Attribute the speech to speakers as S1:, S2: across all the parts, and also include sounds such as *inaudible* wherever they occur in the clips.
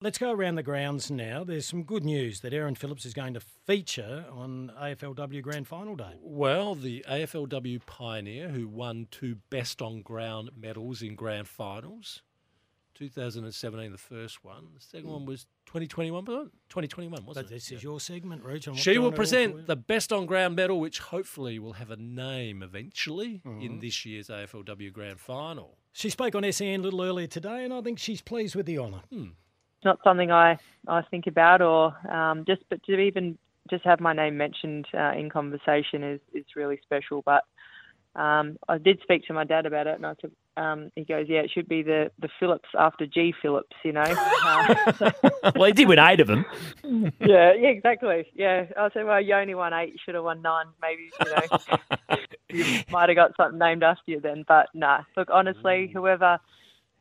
S1: Let's go around the grounds now. There's some good news that Aaron Phillips is going to feature on AFLW Grand Final Day.
S2: Well, the AFLW pioneer who won two best on ground medals in grand finals. 2017, the first one. The second one was 2021, wasn't it? 2021, wasn't
S1: But
S2: it?
S1: this
S2: Yeah.
S1: is your segment, Rich. and we're
S2: She
S1: doing
S2: will
S1: it all for you.
S2: present the best on ground medal, which hopefully will have a name eventually in this year's AFLW grand final.
S1: She spoke on SEN a little earlier today, and I think she's pleased with the
S2: Hmm.
S1: honour.
S3: it's not something I, I think about or um, just but to even just have my name mentioned uh, in conversation is, is really special but um, I did speak to my dad about it and I said um, he goes yeah it should be the, the Phillips after G Phillips
S4: *laughs*
S3: you know Uh,
S5: well, he did win eight of them.
S3: yeah yeah exactly yeah I said well you only won eight you should have won nine maybe you know you might have got something named after you then but nah look honestly whoever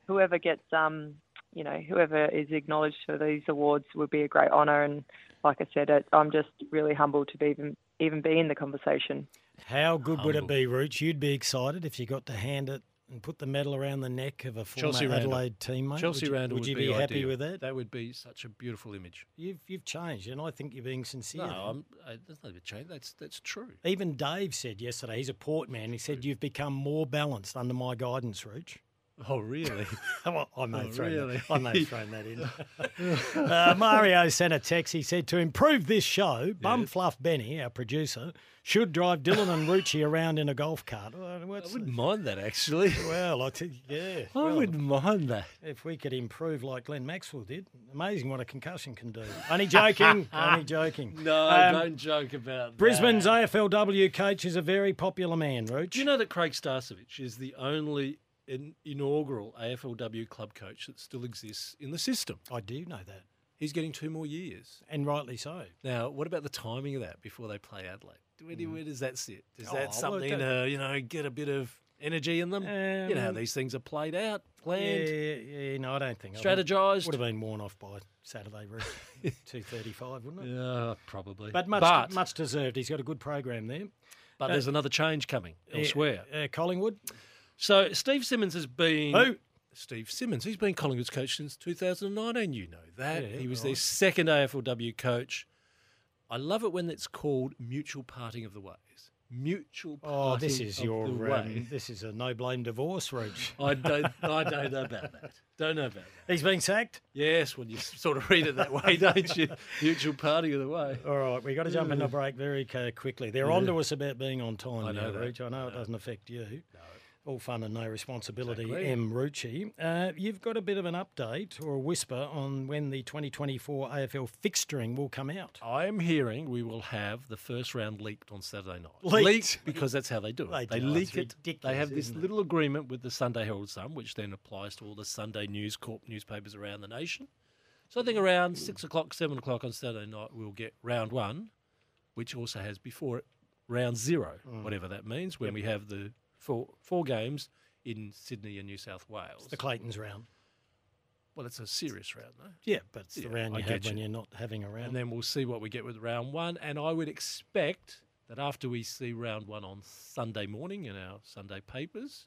S3: whoever gets um you know whoever is acknowledged for these awards would be a great honour and like I said it, I'm just really humbled to be even even be in the conversation.
S1: How good would it be, Rich? You'd be excited if you got to hand it and put the medal around the neck of a former
S2: Chelsea Randall.
S1: Adelaide teammate.
S2: Chelsea
S1: would you,
S2: Randall
S1: would you be, happy
S2: ideal.
S1: with that?
S2: That would be such a beautiful image.
S1: You've you've changed, and I think you're being sincere.
S2: No,
S1: there.
S2: I'm, I, there's nothing to change. That's that's true.
S1: Even Dave said yesterday he's a port man. He said you've become more balanced under my guidance, Rich.
S2: *laughs* Oh, really?
S1: Well, I may
S2: Oh,
S1: have thrown
S2: really?
S1: that. I may have thrown that
S2: *laughs*
S1: in. uh, Mario sent a text. He said to improve this show, Bum Fluff Benny, our producer, should drive Dylan and Rucci around in a golf cart. Well,
S2: *laughs* I
S1: what's-
S2: wouldn't mind that *laughs* actually.
S1: well, I think yeah.
S2: I
S1: well,
S2: wouldn't mind that.
S1: If we could improve like Glenn Maxwell did, amazing what a concussion can do. Only
S2: *laughs*
S1: joking. only joking.
S2: No,
S1: Um,
S2: don't joke about that.
S1: Brisbane's AFLW coach is a very popular man, Roach.
S2: Do you know that Craig Starcevich is the only in- inaugural AFLW club coach that still exists in the system?
S1: I do know that,
S2: He's getting two more years.
S1: and rightly so.
S2: Now, what about the timing of that before they play Adelaide? Where, do, where does that sit? Is
S1: Oh, well,
S2: Mm. that something
S1: that-
S2: to you know get a bit of energy in them? you know how
S1: Um,
S2: these things are played out,
S1: Yeah,
S2: planned.
S1: yeah, yeah, no, I don't think. I would-
S2: Strategised.
S1: Would have been worn off by Saturday, Roach. *laughs* Two thirty-five, wouldn't it?
S2: Yeah, Uh, probably.
S1: But much,
S2: but,
S1: much deserved. He's got a good program there.
S2: but there's another change coming elsewhere.
S1: uh, Collingwood.
S2: So Steve Simmons has been
S1: Who?
S2: Steve Simmons. He's been Collingwood's coach since 2019. You know that.
S1: Yeah,
S2: he was their
S1: right.
S2: second AFLW coach. I love it when it's called mutual parting of the ways. Mutual parting
S1: Oh, this is
S2: of
S1: your.
S2: the
S1: Um,
S2: way.
S1: this is a no blame divorce, Roach.
S2: I don't I don't know about that. Don't know about that.
S1: He's been sacked.
S2: *laughs* Yes, well you sort of read it that way, *laughs* don't you? Mutual parting of the way.
S1: All right, we got to jump in the break very ca- quickly. They're on to us about being on time
S2: Mm. I
S1: now,
S2: know that.
S1: Rooch. I know it doesn't affect you. All fun and no responsibility,
S2: Exactly.
S1: M. Rucci. Uh, you've got a bit of an update or a whisper on when the 2024 AFL fixturing will come out.
S2: I am hearing we will have the first round leaked on Saturday night.
S1: Leaked.
S2: because that's how they do it.
S1: They
S2: They,
S1: do.
S2: leak
S1: It's
S2: it.
S1: ridiculous,
S2: They have this
S1: isn't it?
S2: little agreement with the Sunday Herald Sun, which then applies to all the Sunday News Corp newspapers around the nation. So I think around six o'clock, seven o'clock on Saturday night, we'll get round one, which also has before it round zero,
S1: Mm.
S2: whatever that means, when we have the four four games in Sydney and New South Wales.
S1: The Clayton's round.
S2: well, it's a serious round, though.
S1: Yeah, but it's the
S2: Yeah,
S1: round
S2: I
S1: you have
S2: get
S1: when
S2: you.
S1: you're not having a round.
S2: and then we'll see what we get with round one. And I would expect that after we see round one on Sunday morning in our Sunday papers,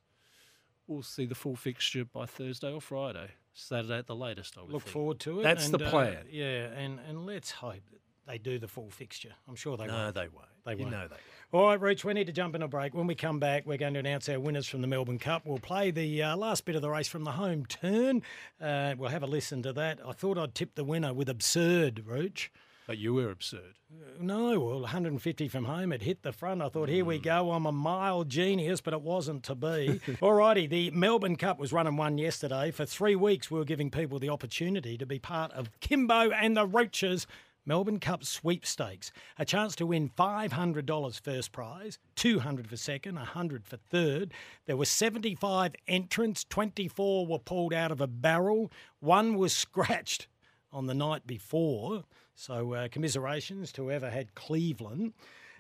S2: we'll see the full fixture by Thursday or Friday, Saturday at the latest. I would
S1: Look
S2: think.
S1: forward to it.
S2: That's the
S1: and, uh,
S2: plan.
S1: yeah, and, and let's hope that they do the full fixture. I'm sure they
S2: No,
S1: won't.
S2: they won't.
S1: They
S2: You
S1: won't.
S2: know they won't.
S1: All right, Rooch, we need to jump in a break. When we come back, we're going to announce our winners from the Melbourne Cup. We'll play the uh, last bit of the race from the home turn. Uh, we'll have a listen to that. I thought I'd tip the winner with absurd, Rooch.
S2: But you were absurd.
S1: No, well, 150 from home. It hit the front. I thought, here we go. I'm a mild genius, but it wasn't to be. *laughs* All righty, the Melbourne Cup was run and won yesterday. For three weeks, we were giving people the opportunity to be part of Kimbo and the Roaches. Melbourne Cup sweepstakes, a chance to win $500 first prize, 200 for second, 100 for third. There were 75 entrants, 24 were pulled out of a barrel, one was *laughs* scratched on the night before. So, uh, commiserations to whoever had Cleveland.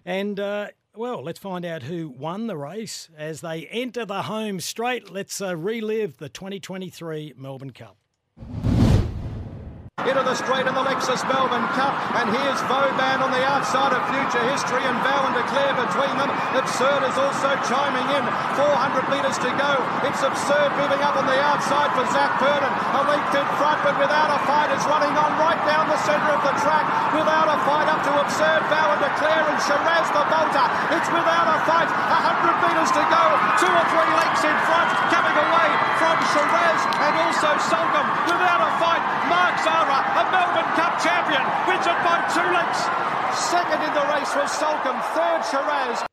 S1: And, uh, well, let's find out who won the race as they enter the home straight. Let's uh, relive the 2023 Melbourne Cup.
S6: Into the straight in the Lexus Melbourne Cup, and here's Vauban on the outside of Future History and Bow and Declare between them. Absurd is also chiming in. 400 metres to go. It's Absurd moving up on the outside for Zach Burden. A length in front, but without a fight, is running on right down the centre of the track. Without a fight, up to Absurd, Bow and Declare, and Shiraz the Volta. It's without a fight. 100 metres to go. Two or three lengths in front, coming away from Shiraz and also Solcombe. Without a fight, Mark Zara, a Melbourne Cup champion, wins it by two lengths. Second in the race was Solcombe, third Shiraz.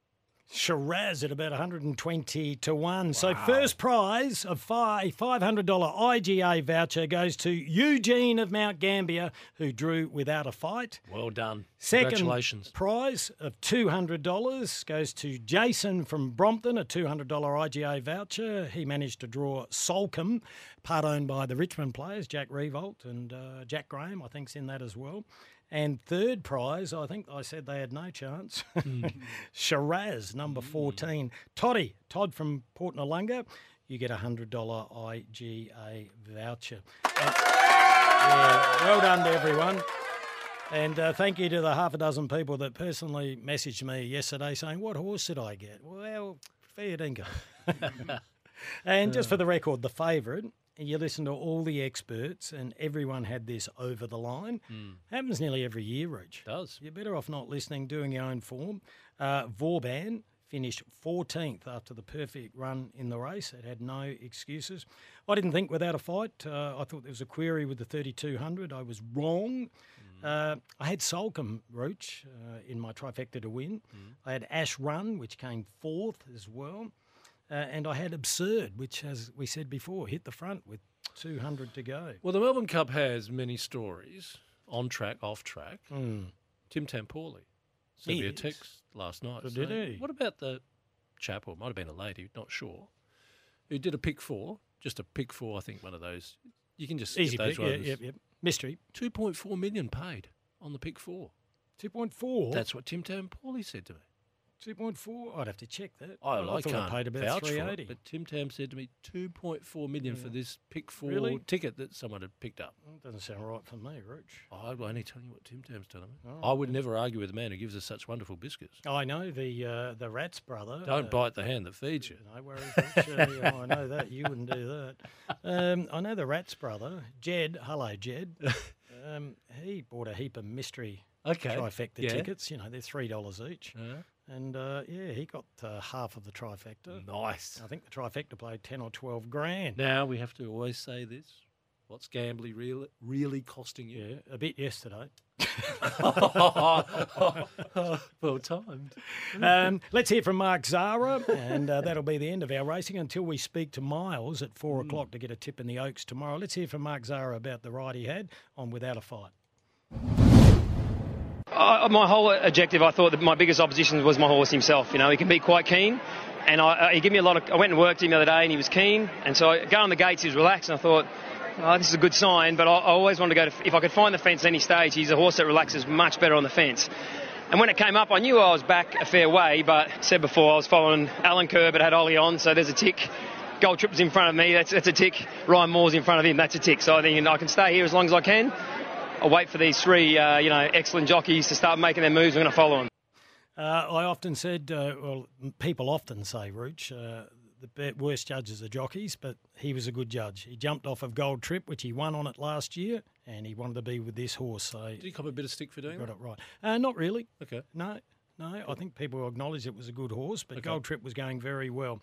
S1: Shiraz at about 120 to 1. So, first prize of five, $500 IGA voucher goes to Eugene of Mount Gambier, who drew without a fight.
S2: Well done.
S1: Second
S2: Congratulations.
S1: prize of two hundred dollars goes to Jason from Brompton, a two hundred dollar IGA voucher. He managed to draw Solcombe, part owned by the Richmond players, Jack Revolt and uh, Jack Graham. I think's in that as well. And third prize, I think I said they had no chance. *laughs* Shiraz, number fourteen, Toddy Todd from Port Nolunga. You get a hundred dollar IGA voucher. And- yeah, well done to everyone. And uh, thank you to the half a dozen people that personally messaged me yesterday saying, What horse did I get? Well, fair dinkum. *laughs* and just for the record, the favourite, and you listen to all the experts, and everyone had this over the line. Happens nearly every year, Rich.
S2: Does.
S1: You're better off not listening, doing your own form. Uh, Vorban finished 14th after the perfect run in the race. It had no excuses. I didn't think without a fight. Uh, I thought there was a query with the 3200. I was wrong. Uh, I had Solcombe Roach uh, in my trifecta to win. I had Ash Run, which came fourth as well. Uh, and I had Absurd, which, as we said before, hit the front with 200 to go.
S2: Well, the Melbourne Cup has many stories on track, off track.
S1: Hmm.
S2: Tim Tampoli sent me a
S1: Yes.
S2: text last night.
S1: Oh, did
S2: saying,
S1: he?
S2: What about the chap, or it might have been a lady, not sure, who did a pick four, just a pick four, I think one of those. You can just skip
S1: Easy
S2: those
S1: pick. Yeah,
S2: ones.
S1: yep, yep. Mystery.
S2: 2.4 million paid on the pick four.
S1: 2.4.
S2: That's what Tim Tampoli said to me.
S1: 2.4. I'd have to check that.
S2: I,
S1: I um,
S2: I
S1: thought
S2: can't
S1: I paid about
S2: vouch for
S1: 380.
S2: it, but Tim Tam said to me, 2.4 million for this pick four
S1: Really?
S2: ticket that someone had picked up.
S1: That doesn't sound right for me, Roach.
S2: I'm only telling you what Tim Tam's telling me. I would never argue with a man who gives us such wonderful biscuits.
S1: I know the uh, the rat's brother.
S2: Don't
S1: uh,
S2: bite the hand that feeds you.
S1: No worries. Roach. Uh, yeah, I know that. You wouldn't do that. Um, I know the rat's brother, Jed. Hello, Jed. *laughs* Um, he bought a heap of mystery
S2: Okay.
S1: trifecta
S2: Yeah.
S1: tickets. You know, they're $3 each. And uh, yeah, he got uh, half of the trifecta.
S2: Nice.
S1: I think the trifecta played 10 or 12 grand.
S2: Now we have to always say this. What's gambling really, really costing you?
S1: Yeah, a bit yesterday.
S2: *laughs* well timed.
S1: Um, let's hear from Mark Zara, and uh, that'll be the end of our racing until we speak to Miles at four o'clock to get a tip in the Oaks tomorrow. Let's hear from Mark Zara about the ride he had on Without a Fight.
S7: Uh, my whole objective, I thought that my biggest opposition was my horse himself. You know, he can be quite keen, and I, uh, he gave me a lot of. I went and worked him the other day, and he was keen. And so I, going on the gates, he was relaxed, and I thought, oh, this is a good sign. But I, I always wanted to go to. If I could find the fence at any stage, he's a horse that relaxes much better on the fence. And when it came up, I knew I was back a fair way, but said before I was following Alan Kerr, but had Ollie on, so there's a tick. Gold Trip's in front of me, that's, that's a tick. Ryan Moore's in front of him, that's a tick. So I think I can stay here as long as I can. I'll wait for these three, uh, you know, excellent jockeys to start making their moves. I'm going to follow them.
S1: Uh, I often said, uh, well, m- people often say, Rooch, uh,
S7: the be- worst judges are jockeys, but he was a good judge. He jumped off of Gold Trip, which he won on it last year, and he wanted to be with this horse. So
S2: Did you come a bit of stick for doing
S7: got
S2: that?
S7: it right. Uh, not really.
S2: Okay.
S7: No, no. I think people acknowledge it was a good horse, but
S2: Okay.
S7: Gold Trip was going very well.